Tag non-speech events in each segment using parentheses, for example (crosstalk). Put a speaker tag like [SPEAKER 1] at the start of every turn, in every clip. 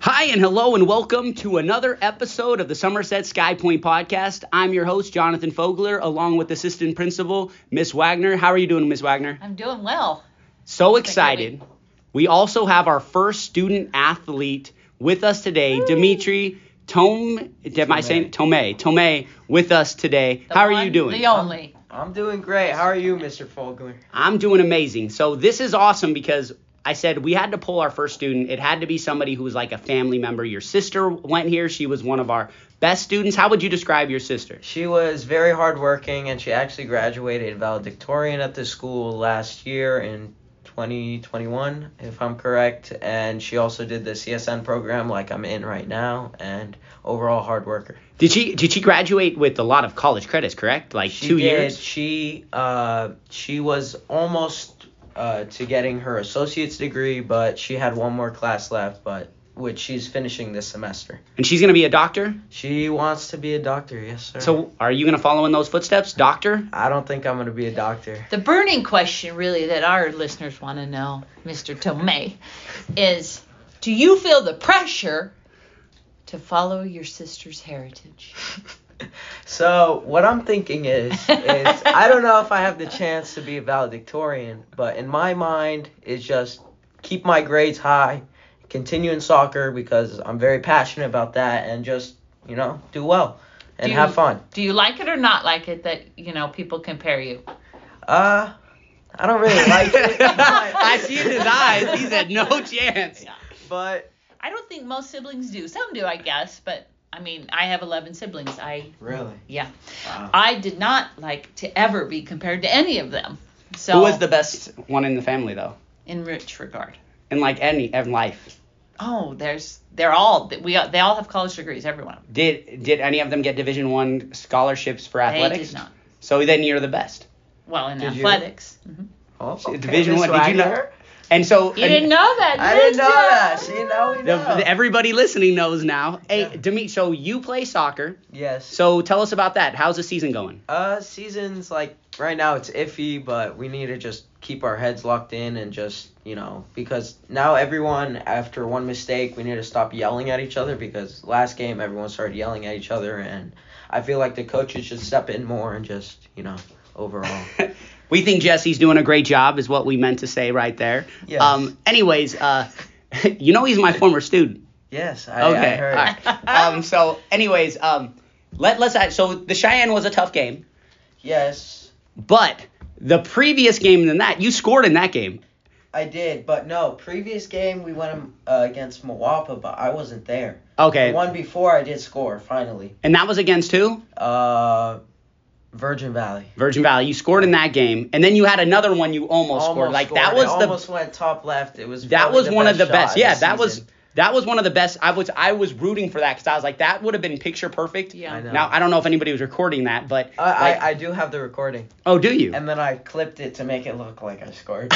[SPEAKER 1] Hi and hello and welcome to another episode of the Somerset Skypoint Podcast. I'm your host Jonathan Fogler, along with assistant principal Miss Wagner. How are you doing, Miss Wagner?
[SPEAKER 2] I'm doing well.
[SPEAKER 1] So
[SPEAKER 2] It's like every-
[SPEAKER 1] excited. We also have our first student athlete with us today, Dimitri Tome. Am I saying Tome? Tome with us today.
[SPEAKER 2] The
[SPEAKER 1] How are
[SPEAKER 2] one,
[SPEAKER 1] you doing?
[SPEAKER 2] The only.
[SPEAKER 3] I'm doing great. How are you, Mr. Fogler?
[SPEAKER 1] I'm doing amazing. So this is awesome because I said we had to pull our first student. It had to be somebody who was like a family member. Your sister went here. She was one of our best students. How would you describe your sister?
[SPEAKER 3] She was very hardworking, and she actually graduated valedictorian at the school last year in 2021, if I'm correct. And she also did the CSN program, like I'm in right now, and overall hard worker.
[SPEAKER 1] Did she did she graduate with a lot of college credits, correct? Like
[SPEAKER 3] She
[SPEAKER 1] 2
[SPEAKER 3] did.
[SPEAKER 1] years?
[SPEAKER 3] She uh, she was almost uh, to getting her associate's degree, but she had one more class left, but which she's finishing this semester.
[SPEAKER 1] And she's going to be a doctor?
[SPEAKER 3] She wants to be a doctor, yes sir.
[SPEAKER 1] So are you going to follow in those footsteps, doctor?
[SPEAKER 3] I don't think I'm gonna be a doctor.
[SPEAKER 2] The burning question, really, that our listeners want to know, Mr. Tomei, is do you feel the pressure to follow your sister's heritage?
[SPEAKER 3] So what I'm thinking (laughs) is, is I don't know if I have the chance to be a valedictorian, but in my mind, it's just keep my grades high, continue in soccer because I'm very passionate about that, and just you know do well and
[SPEAKER 2] Do you-
[SPEAKER 3] have fun.
[SPEAKER 2] Do you like it or not like it that, you know, people compare you?
[SPEAKER 3] Uh, I don't
[SPEAKER 1] (laughs)
[SPEAKER 3] really like it, but,
[SPEAKER 1] I see it in his eyes. He said no chance.
[SPEAKER 3] but
[SPEAKER 2] I don't think most siblings do. Some do, I guess, but I mean, I have 11 siblings. I
[SPEAKER 3] really,
[SPEAKER 2] yeah.
[SPEAKER 3] wow.
[SPEAKER 2] I did not like to ever be compared to any of them. So
[SPEAKER 1] Who was the best one in the family though?
[SPEAKER 2] in rich regard?
[SPEAKER 1] In like any in life.
[SPEAKER 2] Oh, there's they're all we they all have college degrees, every one of them.
[SPEAKER 1] Did did any of them get Division 1 scholarships for athletics?
[SPEAKER 2] They did not.
[SPEAKER 1] So then you're the best.
[SPEAKER 2] Well, in
[SPEAKER 3] Did you?
[SPEAKER 2] athletics. Mhm.
[SPEAKER 3] Oh, okay,
[SPEAKER 1] Division
[SPEAKER 3] Miss
[SPEAKER 1] One, did you know-
[SPEAKER 3] Wagner?
[SPEAKER 1] And so
[SPEAKER 2] You
[SPEAKER 1] and
[SPEAKER 2] didn't know that.
[SPEAKER 3] I
[SPEAKER 2] did
[SPEAKER 3] didn't know
[SPEAKER 2] ya?
[SPEAKER 3] that. See, now we
[SPEAKER 1] the-
[SPEAKER 3] know.
[SPEAKER 1] the- everybody listening knows now. Hey,
[SPEAKER 3] Yeah.
[SPEAKER 1] Demi, so you play soccer.
[SPEAKER 3] yes.
[SPEAKER 1] So tell us about that. How's the season going?
[SPEAKER 3] Uh, seasons like right now it's iffy, but we need to just keep our heads locked in and just you know because now everyone after one mistake we need to stop yelling at each other because last game everyone started yelling at each other and I feel like the coaches should step in more and just you know overall.
[SPEAKER 1] we think Jesse's doing a great job, is what we meant to say right there.
[SPEAKER 3] Yes.
[SPEAKER 1] Um. Anyways, uh, (laughs) you know he's my former student.
[SPEAKER 3] (laughs) yes, I, I
[SPEAKER 1] Okay.
[SPEAKER 3] heard.
[SPEAKER 1] all right. um. So anyways, um, let let's add, so the Cheyenne was a tough game,
[SPEAKER 3] Yes,
[SPEAKER 1] but the previous game than that, you scored in that game.
[SPEAKER 3] I did, but no. Previous game we went um, uh, against Moapa, but I wasn't there.
[SPEAKER 1] Okay.
[SPEAKER 3] The one before I did score finally.
[SPEAKER 1] And that was against who?
[SPEAKER 3] Uh, Virgin Valley.
[SPEAKER 1] Virgin Valley. You scored in that game, and then you had another one you almost, scored. Like that
[SPEAKER 3] scored.
[SPEAKER 1] was
[SPEAKER 3] It
[SPEAKER 1] the
[SPEAKER 3] almost went top left. It was
[SPEAKER 1] that
[SPEAKER 3] probably
[SPEAKER 1] was
[SPEAKER 3] the
[SPEAKER 1] one of the
[SPEAKER 3] best
[SPEAKER 1] best.
[SPEAKER 3] shot
[SPEAKER 1] Yeah,
[SPEAKER 3] this
[SPEAKER 1] that was
[SPEAKER 3] season.
[SPEAKER 1] that was one of the best. I was I was rooting for that because I was like that would have been picture perfect.
[SPEAKER 2] Yeah. I
[SPEAKER 3] know.
[SPEAKER 1] Now I don't know if anybody was recording that, but
[SPEAKER 3] I,
[SPEAKER 1] like-
[SPEAKER 3] I I do have the recording,
[SPEAKER 1] oh, do you?
[SPEAKER 3] and then I clipped it to make it look like
[SPEAKER 1] (laughs)
[SPEAKER 3] I scored.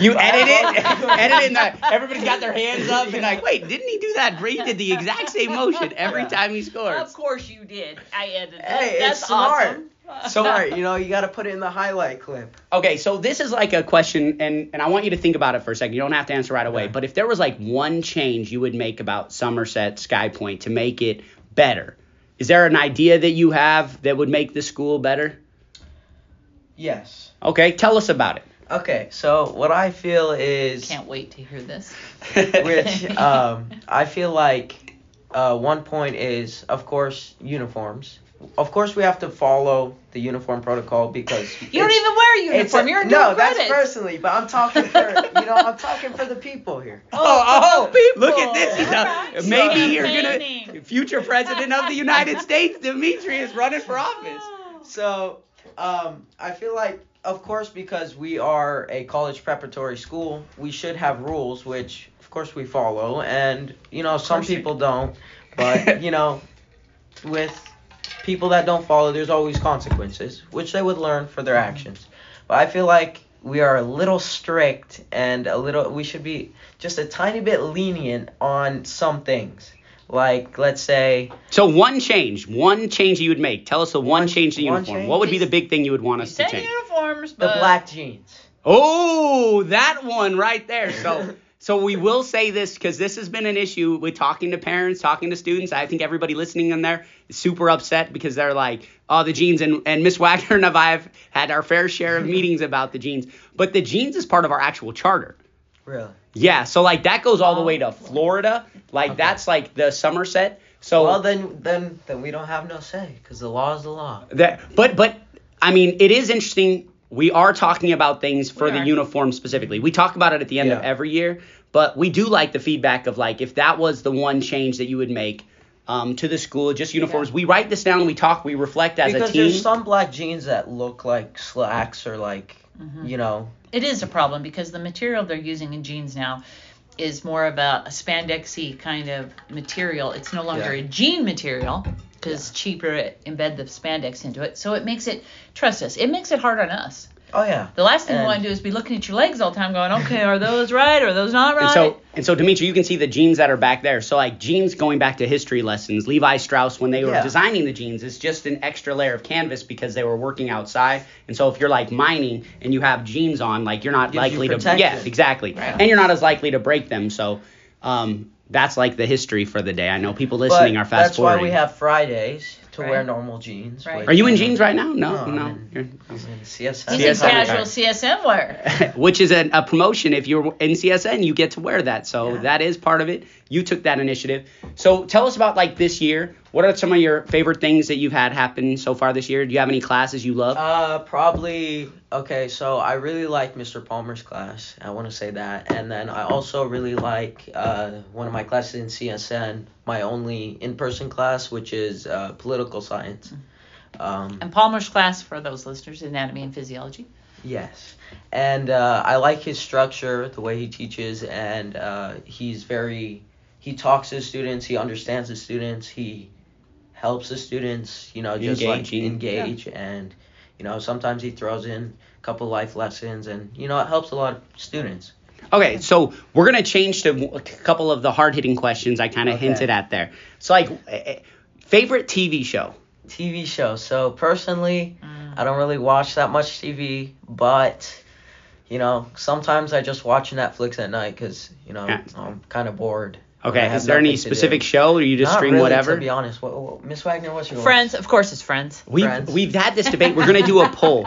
[SPEAKER 1] you edit
[SPEAKER 3] (laughs)
[SPEAKER 1] it, (laughs) edit it, and that everybody's got their hands up and like, wait, didn't he do that? He did the exact same motion every
[SPEAKER 3] Yeah.
[SPEAKER 1] time he scores.
[SPEAKER 2] Of course you did. I edited. that.
[SPEAKER 3] Hey,
[SPEAKER 2] That's
[SPEAKER 3] it's smart.
[SPEAKER 2] awesome.
[SPEAKER 1] So-
[SPEAKER 2] (laughs)
[SPEAKER 3] Sorry, you know you got to put it in the highlight clip.
[SPEAKER 1] Okay, so this is like a question, and, and I want you to think about it for a second. You don't have to answer right away,
[SPEAKER 3] Okay.
[SPEAKER 1] but if there was like one change you would make about Somerset Skypoint to make it better, is there an idea that you have that would make the school better?
[SPEAKER 3] Yes.
[SPEAKER 1] Okay, tell us about
[SPEAKER 3] (laughs) Okay, so what I feel is
[SPEAKER 2] Can't wait to hear this.
[SPEAKER 1] it.
[SPEAKER 2] (laughs)
[SPEAKER 1] (laughs)
[SPEAKER 3] which um, I feel like uh, one point is, of course, uniforms. Of course, we have to follow the uniform protocol because
[SPEAKER 2] You don't
[SPEAKER 3] it's-
[SPEAKER 2] even wear a
[SPEAKER 3] it's a-
[SPEAKER 2] uniform. You're
[SPEAKER 3] no,
[SPEAKER 2] doing
[SPEAKER 3] that's
[SPEAKER 2] credits.
[SPEAKER 3] personally, but I'm talking for you know I'm talking for the people here.
[SPEAKER 1] Oh, oh,
[SPEAKER 2] people.
[SPEAKER 1] look at this. He's a,
[SPEAKER 2] Alright.
[SPEAKER 1] maybe
[SPEAKER 2] So
[SPEAKER 1] you're going to,
[SPEAKER 2] entertaining.
[SPEAKER 1] future president of the
[SPEAKER 2] (laughs)
[SPEAKER 1] United States, Dimitri, is running for office.
[SPEAKER 2] Oh.
[SPEAKER 3] So, um, I feel like, of course, because we are a college preparatory school, we should have rules, which of course we follow, and you know some
[SPEAKER 1] course you
[SPEAKER 3] people don't,
[SPEAKER 1] (laughs)
[SPEAKER 3] but you know, with people that don't follow, there's always consequences, which they would learn for their
[SPEAKER 1] Mm-hmm.
[SPEAKER 3] actions. But I feel like we are a little strict and a little, we should be just a tiny bit lenient on some things, like let's say.
[SPEAKER 1] So, one change, one change you would make. Tell us the one, change to
[SPEAKER 3] one
[SPEAKER 1] uniform.
[SPEAKER 3] change?
[SPEAKER 1] What would be the big thing you would want
[SPEAKER 2] You
[SPEAKER 1] us to
[SPEAKER 2] said
[SPEAKER 1] change?
[SPEAKER 2] uniforms,
[SPEAKER 3] The
[SPEAKER 2] but
[SPEAKER 3] black jeans.
[SPEAKER 1] Oh, that one right there. So So we will say this because this has been an issue with talking to parents, talking to students. I think everybody listening in there is super upset because they're like, oh, the jeans and, and Miss (laughs) Wagner and I have had our fair share of meetings about the jeans. But the jeans is part of our actual charter.
[SPEAKER 3] Really?
[SPEAKER 1] Yeah, so like that goes all the way to Florida. Like that's like the Somerset. So
[SPEAKER 3] well, then, then, then we don't have no say because the law is the law.
[SPEAKER 1] that but but I mean it is interesting. We are talking about things for
[SPEAKER 2] We
[SPEAKER 1] the
[SPEAKER 2] are.
[SPEAKER 1] uniform specifically. We talk about it at the end of
[SPEAKER 3] Yeah.
[SPEAKER 1] every year, but we do like the feedback of like if that was the one change that you would make um, to the school, just uniforms. We write this down, we talk, we reflect as
[SPEAKER 3] because
[SPEAKER 1] a team.
[SPEAKER 3] there's some black jeans that look like slacks or like,
[SPEAKER 2] Mm-hmm.
[SPEAKER 3] you know,
[SPEAKER 2] It is a problem because the material they're using in jeans now is more of a, a spandexy kind of material. It's no longer a
[SPEAKER 3] Yeah.
[SPEAKER 2] jean material because it's cheaper to embed the spandex into it. So it makes it trust us. It makes it hard on us.
[SPEAKER 3] oh yeah.
[SPEAKER 2] The last thing we
[SPEAKER 3] And-
[SPEAKER 2] want to do is be looking at your legs all the time, going, okay, are those right? Are those not right?
[SPEAKER 1] And so, and so, Demetri, you can see the jeans that are back there. So, like jeans, going back to history lessons, Levi Strauss, when they were
[SPEAKER 3] Yeah.
[SPEAKER 1] designing the jeans, it's just an extra layer of canvas because they were working outside. And so, if you're like mining and you have jeans on, like you're not
[SPEAKER 3] Gives you
[SPEAKER 1] likely to,
[SPEAKER 3] protection.
[SPEAKER 1] yeah, exactly,
[SPEAKER 3] Right.
[SPEAKER 1] and you're not as likely to break them. So, um, that's like the history for the day. I know people listening are fast
[SPEAKER 3] that's
[SPEAKER 1] forwarding.
[SPEAKER 3] why we have Fridays to wear
[SPEAKER 2] Right.
[SPEAKER 3] normal jeans.
[SPEAKER 2] Right.
[SPEAKER 3] which-
[SPEAKER 1] are you in jeans right now? No,
[SPEAKER 3] No, I'm
[SPEAKER 1] no.
[SPEAKER 3] in-
[SPEAKER 1] You're,
[SPEAKER 3] He's in CSN.
[SPEAKER 2] He's
[SPEAKER 1] CSN.
[SPEAKER 2] in casual CSM wear.
[SPEAKER 1] (coughs) (laughs) which is a, a promotion. If you're in CSN, you get to wear that. So
[SPEAKER 3] Yeah.
[SPEAKER 1] that is part of it. You took that initiative. So tell us about like this year. What are some of your favorite things that you've had happen so far this year? Do you have any classes you love?
[SPEAKER 3] Uh, probably. Okay, so I really like Mr. Palmer's class. I want to say that, and then I also really like uh, one of my classes in CSN, my only in-person class, which is uh, political science.
[SPEAKER 2] Mm.
[SPEAKER 3] Um,
[SPEAKER 2] And Palmer's class, for those listeners, is anatomy and physiology.
[SPEAKER 3] Yes, and uh, I like his structure, the way he teaches, and uh, he's very. He talks to the students. He understands the students. He helps the students. You know, just like
[SPEAKER 1] Engaging.
[SPEAKER 3] engage, and you know, sometimes he throws in a couple life lessons, and you know, it helps a lot of students.
[SPEAKER 1] Okay, so we're gonna change to a couple of the hard hitting questions I kind of
[SPEAKER 3] Okay.
[SPEAKER 1] hinted at there. So like, eh, eh, favorite TV show?
[SPEAKER 3] TV show. So personally, I don't really watch that much TV, but. You know, sometimes I just watch Netflix at night because you know
[SPEAKER 1] Yeah.
[SPEAKER 3] I'm kind of bored. I
[SPEAKER 1] Okay,
[SPEAKER 3] have
[SPEAKER 1] is there any
[SPEAKER 3] nothing to do.
[SPEAKER 1] specific show or you just
[SPEAKER 3] Not
[SPEAKER 1] stream
[SPEAKER 3] really,
[SPEAKER 1] whatever?
[SPEAKER 3] To be honest, what, what, Miss Wagner, what's your
[SPEAKER 2] Friends, of course, it's friends.
[SPEAKER 1] We've,
[SPEAKER 3] Friends.
[SPEAKER 1] we've had this debate. We're gonna do a
[SPEAKER 3] (laughs)
[SPEAKER 1] poll.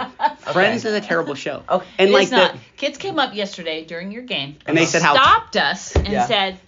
[SPEAKER 1] Friends is a terrible show.
[SPEAKER 3] Okay.
[SPEAKER 1] And
[SPEAKER 2] It
[SPEAKER 1] like
[SPEAKER 2] is not.
[SPEAKER 1] the
[SPEAKER 2] Kids came up yesterday during your game
[SPEAKER 1] and they said how
[SPEAKER 2] stopped us and
[SPEAKER 3] Yeah.
[SPEAKER 2] said,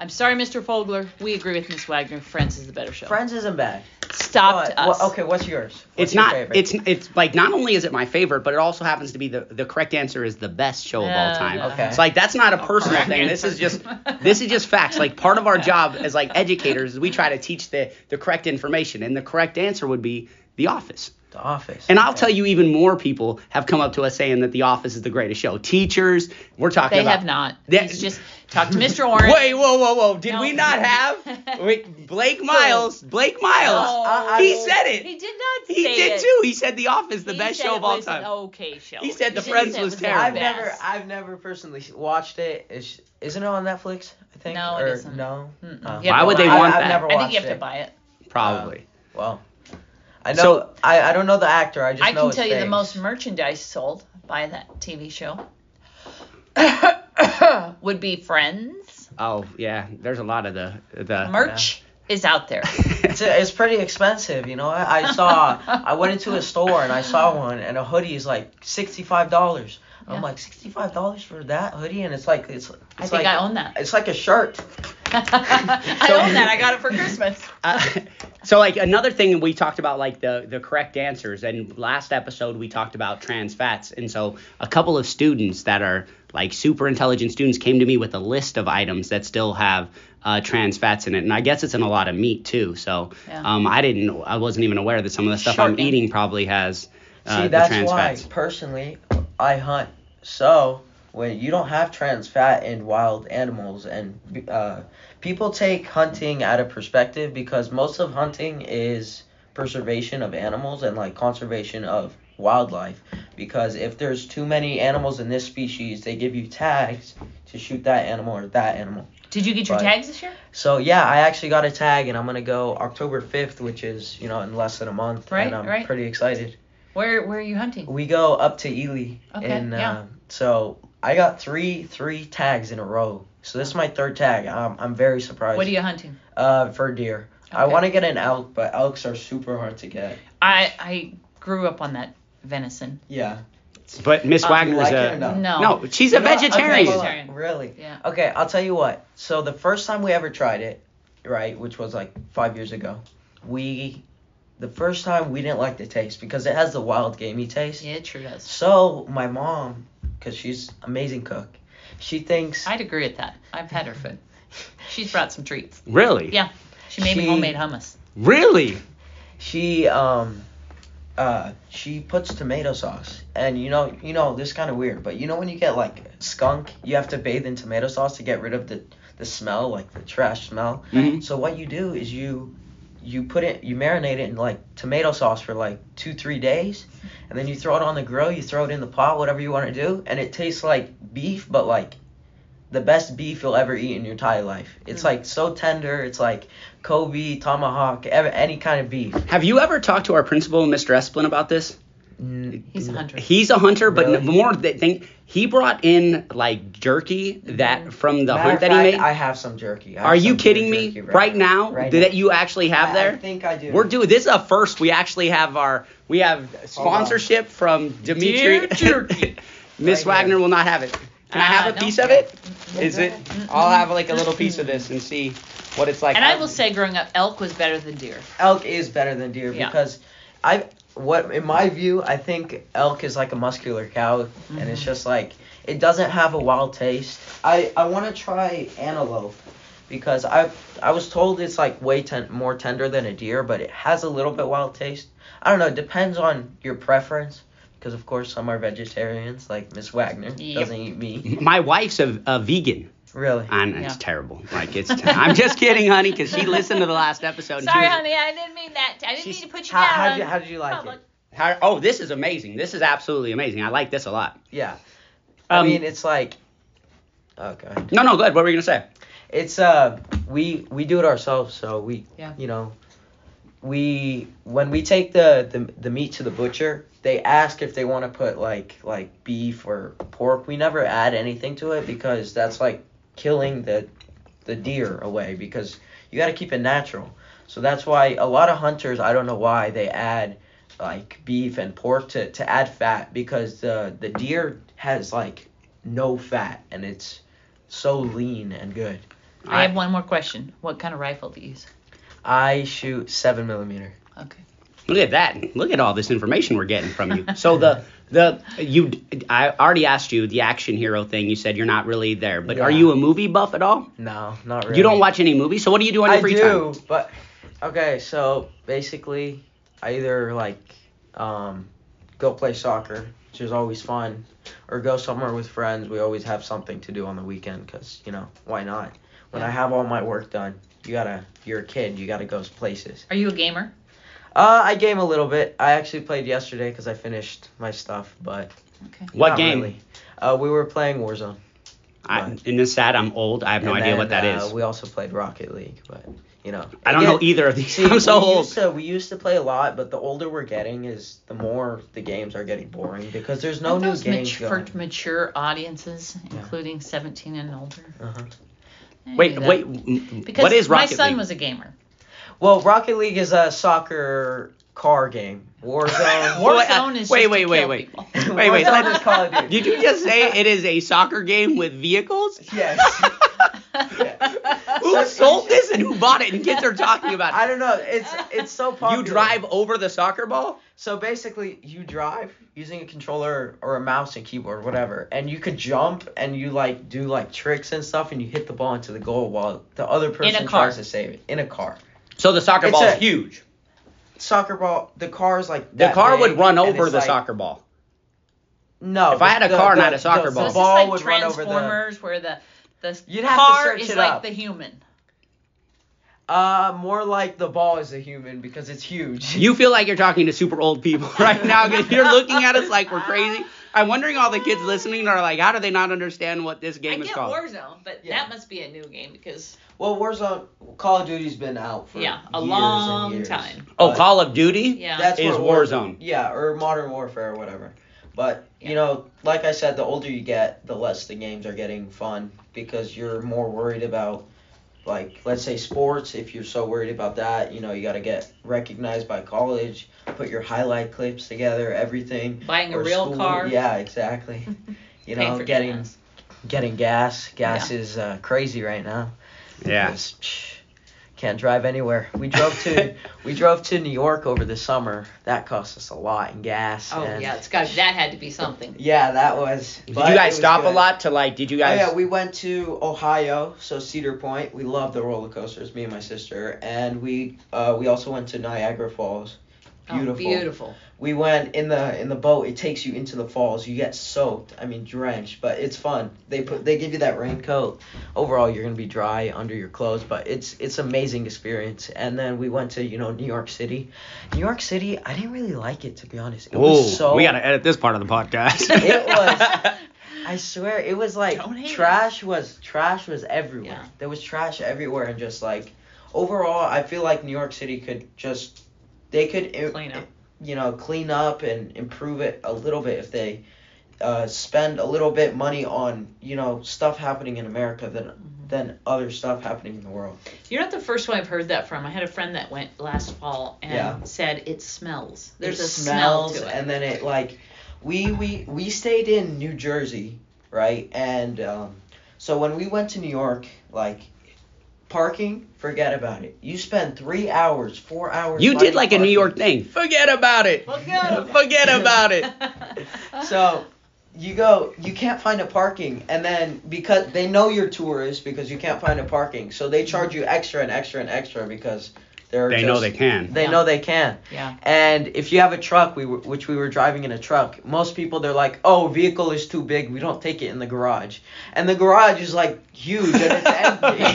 [SPEAKER 2] "I'm sorry, Mr. Fogler. We agree with Miss Wagner. Friends is the better show."
[SPEAKER 3] Friends isn't bad.
[SPEAKER 2] stopped
[SPEAKER 3] But,
[SPEAKER 2] us.
[SPEAKER 3] wha- okay, what's yours? What's
[SPEAKER 1] it's
[SPEAKER 3] your
[SPEAKER 1] not
[SPEAKER 3] favorite?
[SPEAKER 1] it's it's like not only is it my favorite but it also happens to be the the correct answer is the best show of all
[SPEAKER 2] Yeah,
[SPEAKER 1] time
[SPEAKER 2] Oh, yeah.
[SPEAKER 3] Okay.
[SPEAKER 1] so like that's not a personal
[SPEAKER 2] correct
[SPEAKER 1] thing this is just
[SPEAKER 2] answer.
[SPEAKER 1] this is just facts like part of our job as like educators is we try to teach the the correct information and the correct answer would be the office
[SPEAKER 3] The Office.
[SPEAKER 1] and i'll
[SPEAKER 3] Okay.
[SPEAKER 1] tell you even more people have come up to us saying that the office is the greatest show teachers we're talking
[SPEAKER 2] they
[SPEAKER 1] about
[SPEAKER 2] have not.
[SPEAKER 1] They-
[SPEAKER 2] He's just talked to Mr. Orange.
[SPEAKER 1] (laughs) Wait, whoa, whoa, whoa! Did
[SPEAKER 2] No.
[SPEAKER 1] we not
[SPEAKER 2] (laughs)
[SPEAKER 1] have wait, Blake Miles? Blake Miles,
[SPEAKER 2] No.
[SPEAKER 3] I-
[SPEAKER 1] he
[SPEAKER 3] I-
[SPEAKER 1] said it.
[SPEAKER 2] He did not say
[SPEAKER 1] He did
[SPEAKER 2] it.
[SPEAKER 1] too. He said The Office is the
[SPEAKER 2] He
[SPEAKER 1] best
[SPEAKER 2] said
[SPEAKER 1] show
[SPEAKER 2] it
[SPEAKER 1] of all
[SPEAKER 2] was an
[SPEAKER 1] time.
[SPEAKER 2] okay show.
[SPEAKER 1] He said The
[SPEAKER 2] didn't
[SPEAKER 1] Friends
[SPEAKER 2] say it
[SPEAKER 1] was
[SPEAKER 2] the
[SPEAKER 1] terrible.
[SPEAKER 3] I've
[SPEAKER 2] best.
[SPEAKER 3] never, I've never personally watched it. It's, isn't it on Netflix? I think.
[SPEAKER 2] No, it
[SPEAKER 3] or,
[SPEAKER 2] isn't.
[SPEAKER 3] No.
[SPEAKER 2] Mm-mm.
[SPEAKER 3] Oh.
[SPEAKER 2] You have
[SPEAKER 1] Why
[SPEAKER 2] to
[SPEAKER 1] would they
[SPEAKER 2] buy it.
[SPEAKER 1] want
[SPEAKER 3] I,
[SPEAKER 1] that?
[SPEAKER 3] I've never
[SPEAKER 2] I
[SPEAKER 3] watched
[SPEAKER 2] think you have
[SPEAKER 3] it.
[SPEAKER 2] to buy it.
[SPEAKER 1] Probably.
[SPEAKER 3] Well, I know.
[SPEAKER 1] So-
[SPEAKER 3] I, I don't know the actor. I just
[SPEAKER 2] I
[SPEAKER 3] know
[SPEAKER 2] can
[SPEAKER 3] his
[SPEAKER 2] tell you the
[SPEAKER 3] face.
[SPEAKER 2] most merchandise sold by that TV show (coughs) would be Friends.
[SPEAKER 1] oh yeah, there's a lot of the the
[SPEAKER 3] Uh-huh.
[SPEAKER 2] Merch is out
[SPEAKER 3] (laughs)
[SPEAKER 2] there.
[SPEAKER 3] (laughs) It's, it's pretty expensive, you know. I, I saw. I went into a store and
[SPEAKER 2] (laughs)
[SPEAKER 3] I saw one, and a hoodie is like sixty-five dollars.
[SPEAKER 2] Yeah.
[SPEAKER 3] I'm like sixty-five dollars for that hoodie, and it's like it's. it's
[SPEAKER 2] I think
[SPEAKER 3] like,
[SPEAKER 2] I own
[SPEAKER 3] (laughs)
[SPEAKER 2] that.
[SPEAKER 3] It's like a shirt.
[SPEAKER 2] I
[SPEAKER 1] So-
[SPEAKER 2] own that. I got it for
[SPEAKER 3] (laughs)
[SPEAKER 2] Christmas.
[SPEAKER 1] (laughs) Uh, so like another thing we talked about like the the correct answers and last episode we talked about trans fats and so a couple of students that are like super intelligent students came to me with a list of items that still have uh, trans fats in it and I guess it's in a lot of meat too so
[SPEAKER 2] Yeah.
[SPEAKER 1] um, I didn't I wasn't even aware that some of the stuff I'm
[SPEAKER 2] Shocking.
[SPEAKER 1] eating probably has uh,
[SPEAKER 3] See,
[SPEAKER 1] the
[SPEAKER 3] that's
[SPEAKER 1] trans
[SPEAKER 3] why
[SPEAKER 1] fats.
[SPEAKER 3] personally I hunt. So when you don't have trans fat in wild animals, and uh, people take hunting out of perspective because most of hunting is preservation of animals and like conservation of wildlife. Because if there's too many animals in this species, they give you tags to shoot that animal or that animal.
[SPEAKER 2] Did you get your
[SPEAKER 3] But-
[SPEAKER 2] tags this year?
[SPEAKER 3] So yeah, I actually got a tag, and I'm gonna go October 5th, which is you know in less than a month,
[SPEAKER 2] Right,
[SPEAKER 3] and I'm
[SPEAKER 2] right.
[SPEAKER 3] pretty excited.
[SPEAKER 2] Where Where are you hunting?
[SPEAKER 3] We go up to Ely,
[SPEAKER 2] Okay,
[SPEAKER 3] and uh,
[SPEAKER 2] yeah.
[SPEAKER 3] so I got three three tags in a row So this is my third tag. Um, I'm very surprised.
[SPEAKER 2] What are you hunting?
[SPEAKER 3] Uh, for deer. I
[SPEAKER 2] Okay.
[SPEAKER 3] want to get an elk, but elks are super hard to get.
[SPEAKER 2] I I grew up on that venison.
[SPEAKER 3] Yeah.
[SPEAKER 1] But Miss
[SPEAKER 2] Uh,
[SPEAKER 3] Um,
[SPEAKER 2] you
[SPEAKER 1] Wagner's
[SPEAKER 3] like it or
[SPEAKER 1] a
[SPEAKER 3] No.
[SPEAKER 2] No.
[SPEAKER 1] no. She's a
[SPEAKER 3] You know what?
[SPEAKER 1] vegetarian.
[SPEAKER 2] okay,
[SPEAKER 3] hold on.
[SPEAKER 2] Vegetarian.
[SPEAKER 3] Really?
[SPEAKER 2] Yeah.
[SPEAKER 3] Okay, I'll tell you what. So the first time we ever tried it, right, which was like five years ago, we, the first time we didn't like the taste because it has the wild gamey taste.
[SPEAKER 2] Yeah, it sure does.
[SPEAKER 3] So my mom, because she's amazing cook, she thinks
[SPEAKER 2] I'd agree with that. I've had her food. She's brought some treats.
[SPEAKER 1] Really?
[SPEAKER 2] Yeah. She made me
[SPEAKER 3] She-
[SPEAKER 2] homemade hummus.
[SPEAKER 1] Really?
[SPEAKER 3] she um uh she puts tomato sauce and you know you know this is kind of weird but you know when you get like skunk you have to bathe in tomato sauce to get rid of the the smell like the trash smell
[SPEAKER 1] Mhm.
[SPEAKER 3] so what you do is you you put it you marinate it in like tomato sauce for like two three days and then you throw it on the grill you throw it in the pot whatever you want to do and it tastes like beef but like the best beef you'll ever eat in your entire life it's
[SPEAKER 2] Mm.
[SPEAKER 3] like so tender it's like kobe tomahawk ev- any kind of beef
[SPEAKER 1] Have you ever talked to our principal, Mr. Esplin, about this?
[SPEAKER 3] N-
[SPEAKER 2] He's a hunter.
[SPEAKER 1] He's a hunter, but
[SPEAKER 3] Really?
[SPEAKER 1] n- more th- think he brought in like jerky that from the
[SPEAKER 3] Mm-hmm. Matter
[SPEAKER 1] hunt
[SPEAKER 3] of
[SPEAKER 1] that he
[SPEAKER 3] fact,
[SPEAKER 1] made.
[SPEAKER 3] I have some jerky. I have
[SPEAKER 1] Are you
[SPEAKER 3] some
[SPEAKER 1] kidding me?
[SPEAKER 3] jerky
[SPEAKER 1] Right, now,
[SPEAKER 3] Right
[SPEAKER 1] that you actually have
[SPEAKER 3] I-
[SPEAKER 1] there?
[SPEAKER 3] I think I do.
[SPEAKER 1] We're doing this is a first. We actually have our we have sponsorship from Dimitri. (laughs)
[SPEAKER 2] Dear jerky.
[SPEAKER 1] Miss
[SPEAKER 3] Right
[SPEAKER 1] Wagner
[SPEAKER 3] here.
[SPEAKER 1] will not have it. Can I have
[SPEAKER 2] Uh,
[SPEAKER 1] a
[SPEAKER 2] no.
[SPEAKER 1] piece of it?
[SPEAKER 3] Mm,
[SPEAKER 1] Is it?
[SPEAKER 3] mm,
[SPEAKER 1] I'll have like a little piece of this and see what it's like.
[SPEAKER 2] And I will say, growing up, elk was better than deer.
[SPEAKER 3] elk is better than deer
[SPEAKER 2] Yeah.
[SPEAKER 3] because I what in my view I think elk is like a muscular cow and it's
[SPEAKER 2] Mhm.
[SPEAKER 3] just like it doesn't have a wild taste. I I want to try antelope because I I was told it's like way ten, more tender than a deer but it has a little bit wild taste. I don't know, it depends on your preference because of course some are vegetarians like Miss Wagner
[SPEAKER 2] Yep.
[SPEAKER 3] doesn't eat meat.
[SPEAKER 1] my wife's a, a vegan,
[SPEAKER 3] Really.
[SPEAKER 1] and it's
[SPEAKER 2] Yeah.
[SPEAKER 1] terrible. Like it's. I'm just kidding, honey, because she listened to the last episode. and she
[SPEAKER 2] Sorry,
[SPEAKER 1] was-
[SPEAKER 2] honey, I didn't mean that. I didn't
[SPEAKER 3] She's-
[SPEAKER 2] mean to put you
[SPEAKER 3] how,
[SPEAKER 2] down.
[SPEAKER 3] how, did you, how did you like
[SPEAKER 2] Public.
[SPEAKER 3] it?
[SPEAKER 1] How, oh, this is amazing. This is absolutely amazing. I like this a lot.
[SPEAKER 3] Yeah. I
[SPEAKER 1] Um,
[SPEAKER 3] mean, it's like. Oh god.
[SPEAKER 1] No, no, good. What were you gonna say?
[SPEAKER 3] It's uh, we we do it ourselves, so we.
[SPEAKER 2] Yeah.
[SPEAKER 3] You know. We when we take the, the the meat to the butcher, they ask if they want to put like like beef or pork. We never add anything to it because that's like killing the the deer away because you got to keep it natural. So that's why a lot of hunters, I don't know why they add like beef and pork to, to add fat because the the deer has like no fat and it's so lean and good.
[SPEAKER 2] I have one more question. What kind of rifle do you use?
[SPEAKER 3] I shoot seven millimeter.
[SPEAKER 2] Okay.
[SPEAKER 1] Look at that. Look at all this information we're getting from you. So the the you I already asked you the action hero thing. You said you're not really there, but are
[SPEAKER 3] Yeah.
[SPEAKER 1] you a movie buff at all?
[SPEAKER 3] No, not really.
[SPEAKER 1] You don't watch any movies. So what do you do on your
[SPEAKER 3] I
[SPEAKER 1] free
[SPEAKER 3] do,
[SPEAKER 1] time?
[SPEAKER 3] but okay. So basically, I either like um, go play soccer, which is always fun, or go somewhere with friends. We always have something to do on the weekend because you know why not? When I
[SPEAKER 2] Yeah.
[SPEAKER 3] have all my work done, you gotta. You're a kid. You gotta go places.
[SPEAKER 2] Are you a gamer?
[SPEAKER 3] Uh, I game a little bit. I actually played yesterday because I finished my stuff, but
[SPEAKER 2] Okay.
[SPEAKER 1] What
[SPEAKER 3] not
[SPEAKER 1] game?
[SPEAKER 3] really. Uh, we were playing Warzone.
[SPEAKER 1] I, in this sad, I'm old. I have no
[SPEAKER 3] and
[SPEAKER 1] idea
[SPEAKER 3] then,
[SPEAKER 1] what that
[SPEAKER 3] uh,
[SPEAKER 1] is.
[SPEAKER 3] We also played Rocket League, but you know.
[SPEAKER 1] I don't
[SPEAKER 3] again,
[SPEAKER 1] know either (laughs) of these.
[SPEAKER 3] See,
[SPEAKER 1] I'm so
[SPEAKER 3] we
[SPEAKER 1] old.
[SPEAKER 3] Used to, we used to play a lot, but the older we're getting is the more the games are getting boring because there's no
[SPEAKER 2] Aren't
[SPEAKER 3] new
[SPEAKER 2] those
[SPEAKER 3] games
[SPEAKER 2] mature,
[SPEAKER 3] going.
[SPEAKER 2] for mature audiences,
[SPEAKER 3] Yeah.
[SPEAKER 2] including 17 and older.
[SPEAKER 3] Uh-huh.
[SPEAKER 2] I
[SPEAKER 1] wait,
[SPEAKER 2] knew that.
[SPEAKER 1] wait. m-
[SPEAKER 2] Because
[SPEAKER 1] what is
[SPEAKER 2] my
[SPEAKER 1] Rocket
[SPEAKER 2] son
[SPEAKER 1] League?
[SPEAKER 2] was a gamer.
[SPEAKER 3] Well, Rocket League is a soccer car game. Warzone.
[SPEAKER 1] (laughs) Wait,
[SPEAKER 2] Warzone
[SPEAKER 1] uh,
[SPEAKER 2] is
[SPEAKER 1] wait,
[SPEAKER 2] just
[SPEAKER 1] wait,
[SPEAKER 2] to
[SPEAKER 1] wait,
[SPEAKER 2] kill
[SPEAKER 1] wait.
[SPEAKER 3] (laughs)
[SPEAKER 2] people.
[SPEAKER 1] Wait, wait,
[SPEAKER 3] Warzone
[SPEAKER 1] let-
[SPEAKER 3] is Call of Duty.
[SPEAKER 1] Did you just say it is a soccer game with vehicles? (laughs)
[SPEAKER 3] Yes.
[SPEAKER 1] Who sold this and who bought it? And kids are talking about
[SPEAKER 3] I
[SPEAKER 1] it.
[SPEAKER 3] don't know. It's it's so popular.
[SPEAKER 1] You drive over the soccer ball?
[SPEAKER 3] So basically, you drive using a controller or a mouse and keyboard, whatever, and you could jump and you like do like tricks and stuff, and you hit the ball into the goal while the other person
[SPEAKER 2] car.
[SPEAKER 3] tries to save it in a car.
[SPEAKER 1] So the soccer
[SPEAKER 3] It's
[SPEAKER 1] ball
[SPEAKER 3] a-
[SPEAKER 1] is huge.
[SPEAKER 3] Soccer ball, the car is like
[SPEAKER 1] The
[SPEAKER 3] that
[SPEAKER 1] car
[SPEAKER 3] big,
[SPEAKER 1] would run
[SPEAKER 3] and
[SPEAKER 1] over
[SPEAKER 3] it's,
[SPEAKER 1] the
[SPEAKER 3] like-
[SPEAKER 1] soccer ball.
[SPEAKER 3] No,
[SPEAKER 1] If I had a car and I had a soccer
[SPEAKER 2] So
[SPEAKER 1] ball.
[SPEAKER 2] this
[SPEAKER 1] The
[SPEAKER 2] is like Transformers where the the
[SPEAKER 3] You'd have to
[SPEAKER 2] car
[SPEAKER 3] search
[SPEAKER 2] is
[SPEAKER 3] it
[SPEAKER 2] like
[SPEAKER 3] up.
[SPEAKER 2] the human.
[SPEAKER 3] Uh, more like the ball is a human because it's huge.
[SPEAKER 1] You feel like you're talking to super old people (laughs) right now because you're looking at us like we're crazy. I'm wondering all the kids listening are like, how do they not understand what this game
[SPEAKER 2] I
[SPEAKER 1] is
[SPEAKER 2] get
[SPEAKER 1] called?
[SPEAKER 2] Warzone, but
[SPEAKER 3] Yeah.
[SPEAKER 2] that must be a new game because
[SPEAKER 3] (laughs) well, Warzone, Call of Duty's been out for
[SPEAKER 2] yeah, a
[SPEAKER 3] years and
[SPEAKER 2] long
[SPEAKER 3] years,
[SPEAKER 2] time.
[SPEAKER 1] oh,
[SPEAKER 3] but
[SPEAKER 1] Call of Duty?
[SPEAKER 2] Yeah.
[SPEAKER 3] that's
[SPEAKER 1] is
[SPEAKER 3] what
[SPEAKER 1] Warzone.
[SPEAKER 3] Yeah, or Modern Warfare or whatever. But
[SPEAKER 2] Yeah.
[SPEAKER 3] you know, like I said, the older you get, the less the games are getting fun because you're more worried about like let's say sports if you're so worried about that you know you got to get recognized by college put your highlight clips together everything
[SPEAKER 2] Buying a
[SPEAKER 3] or
[SPEAKER 2] real
[SPEAKER 3] school-
[SPEAKER 2] car. (laughs)
[SPEAKER 3] yeah exactly you
[SPEAKER 2] Paying
[SPEAKER 3] know
[SPEAKER 2] for
[SPEAKER 3] getting
[SPEAKER 2] gas.
[SPEAKER 3] getting gas gas
[SPEAKER 2] Yeah.
[SPEAKER 3] is uh, crazy right now
[SPEAKER 1] Yeah.
[SPEAKER 3] It's- psh, can't drive anywhere we drove
[SPEAKER 1] (laughs)
[SPEAKER 3] to we drove to new york over the summer that cost us a lot in gas
[SPEAKER 2] Oh
[SPEAKER 3] and
[SPEAKER 2] yeah, it's got that had to be something.
[SPEAKER 3] yeah that was
[SPEAKER 1] Did
[SPEAKER 3] but
[SPEAKER 1] you
[SPEAKER 3] it
[SPEAKER 1] guys
[SPEAKER 3] was
[SPEAKER 1] stop a
[SPEAKER 3] good.
[SPEAKER 1] lot to like? Did you
[SPEAKER 3] Oh,
[SPEAKER 1] guys?
[SPEAKER 3] yeah, we went to Ohio, so Cedar Point. We love the roller coasters, me and my sister, and we uh, we also went to Niagara Falls. Beautiful.
[SPEAKER 2] Oh, beautiful.
[SPEAKER 3] We went in the in the boat. It takes you into the falls. You get soaked. I mean, drenched, but it's fun. They put they give you that raincoat. Overall, you're gonna be dry under your clothes, but it's it's amazing experience. And then we went to you know New York City. New York City, I didn't really like it to be honest. It
[SPEAKER 1] Whoa,
[SPEAKER 3] was so
[SPEAKER 1] we gotta edit this part of the podcast.
[SPEAKER 3] (laughs)
[SPEAKER 1] (laughs)
[SPEAKER 2] (laughs)
[SPEAKER 3] It was- I swear it was like
[SPEAKER 2] Don't hate
[SPEAKER 3] trash was trash was everywhere.
[SPEAKER 2] Yeah.
[SPEAKER 3] There was trash everywhere and just like overall I feel like New York City could just they could i-
[SPEAKER 2] Clean up.
[SPEAKER 3] you know clean up and improve it a little bit if they uh, spend a little bit money on you know stuff happening in America than than other stuff happening in the world.
[SPEAKER 2] Mm-hmm. You're not the first one I've heard that from. I had a friend that went last fall and
[SPEAKER 3] Yeah.
[SPEAKER 2] said it smells. There's
[SPEAKER 3] It
[SPEAKER 2] a smell to it.
[SPEAKER 3] and then it like we we we stayed in New Jersey, right? And um, so when we went to New York, like parking, forget about it. You spend three hours, four hours.
[SPEAKER 1] you did
[SPEAKER 3] finding
[SPEAKER 1] like a New
[SPEAKER 3] parking.
[SPEAKER 1] York thing. Forget about it.
[SPEAKER 2] (laughs)
[SPEAKER 3] (laughs)
[SPEAKER 2] Forget about it.
[SPEAKER 1] Forget about (laughs) it.
[SPEAKER 2] (laughs)
[SPEAKER 3] So you go, you can't find a parking, and then because they know you're tourists because you can't find a parking, so they charge you extra and extra and extra because they're
[SPEAKER 1] They
[SPEAKER 3] just,
[SPEAKER 1] know they can.
[SPEAKER 3] they
[SPEAKER 2] Yeah.
[SPEAKER 3] know they can.
[SPEAKER 2] yeah.
[SPEAKER 3] And if you have a truck, we were, which we were driving in a truck, most people they're like, "Oh, vehicle is too big. We don't take it in the garage." And the garage is like huge and
[SPEAKER 2] (laughs)
[SPEAKER 3] it's empty.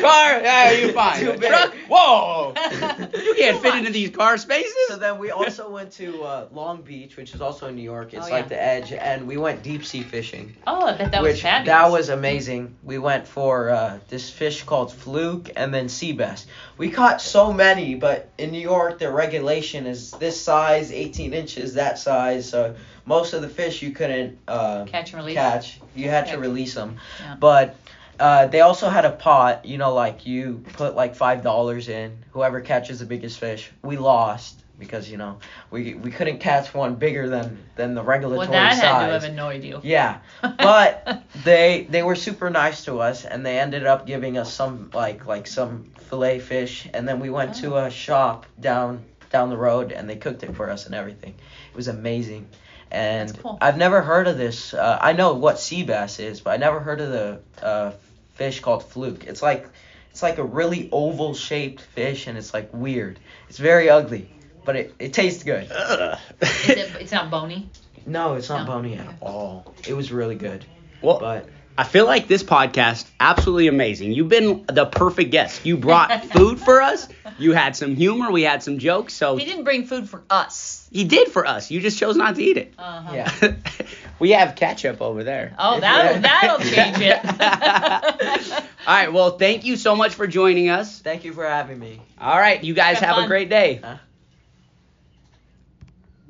[SPEAKER 1] Car, yeah, you fine.
[SPEAKER 3] Too big.
[SPEAKER 1] Truck, whoa. You can't fit into these car
[SPEAKER 3] so
[SPEAKER 1] spaces.
[SPEAKER 3] then we also went to uh, Long Beach, which is also in New York. It's
[SPEAKER 2] Oh,
[SPEAKER 3] like
[SPEAKER 2] yeah.
[SPEAKER 3] the edge, and we went deep sea fishing,
[SPEAKER 2] Oh, I bet that
[SPEAKER 3] which
[SPEAKER 2] was fabulous.
[SPEAKER 3] that was amazing. We went for uh, this fish called fluke and then sea bass. We caught so many, but in New York the regulation is this size, 18 inches, that size. So most of the fish you couldn't. Uh,
[SPEAKER 2] catch and release.
[SPEAKER 3] catch. You had
[SPEAKER 2] Catch.
[SPEAKER 3] to release them.
[SPEAKER 2] Yeah.
[SPEAKER 3] But uh, they also had a pot, you know, like you put like five dollars in. Whoever catches the biggest fish, we lost because you know we we couldn't catch one bigger than than the regulatory
[SPEAKER 2] Well, that
[SPEAKER 3] size.
[SPEAKER 2] had to have annoyed you.
[SPEAKER 3] yeah, but they they were super nice to us, and they ended up giving us some like like some fillet fish, and then we went to a shop down down the road, and they cooked it for us and everything. It was amazing, and
[SPEAKER 2] That's cool.
[SPEAKER 3] I've never heard of this. Uh, I know what sea bass is, but I never heard of the uh, fish called fluke. It's like it's like a really oval shaped fish, and it's like weird. It's very ugly, but it, it tastes good.
[SPEAKER 1] Ugh.
[SPEAKER 2] (laughs) Is it,
[SPEAKER 1] (laughs)
[SPEAKER 2] it's not bony.
[SPEAKER 3] No, it's not
[SPEAKER 2] No.
[SPEAKER 3] bony at
[SPEAKER 1] Oh.
[SPEAKER 3] all. It was really good,
[SPEAKER 1] well,
[SPEAKER 3] but.
[SPEAKER 1] I feel like this podcast absolutely amazing. You've been the perfect guest. You brought food for us. You had some humor. We had some jokes. So
[SPEAKER 2] He didn't bring food for us.
[SPEAKER 1] you did for us. You just chose not to eat it.
[SPEAKER 2] Uh-huh.
[SPEAKER 3] Yeah.
[SPEAKER 1] (laughs) we have ketchup over there.
[SPEAKER 2] Oh, that'll
[SPEAKER 1] (laughs)
[SPEAKER 2] that'll change it.
[SPEAKER 1] All right. Well, thank you so much for joining us.
[SPEAKER 3] Thank you for having me.
[SPEAKER 1] All right. You guys
[SPEAKER 2] Have
[SPEAKER 1] have a
[SPEAKER 2] fun.
[SPEAKER 1] great day.
[SPEAKER 3] Huh?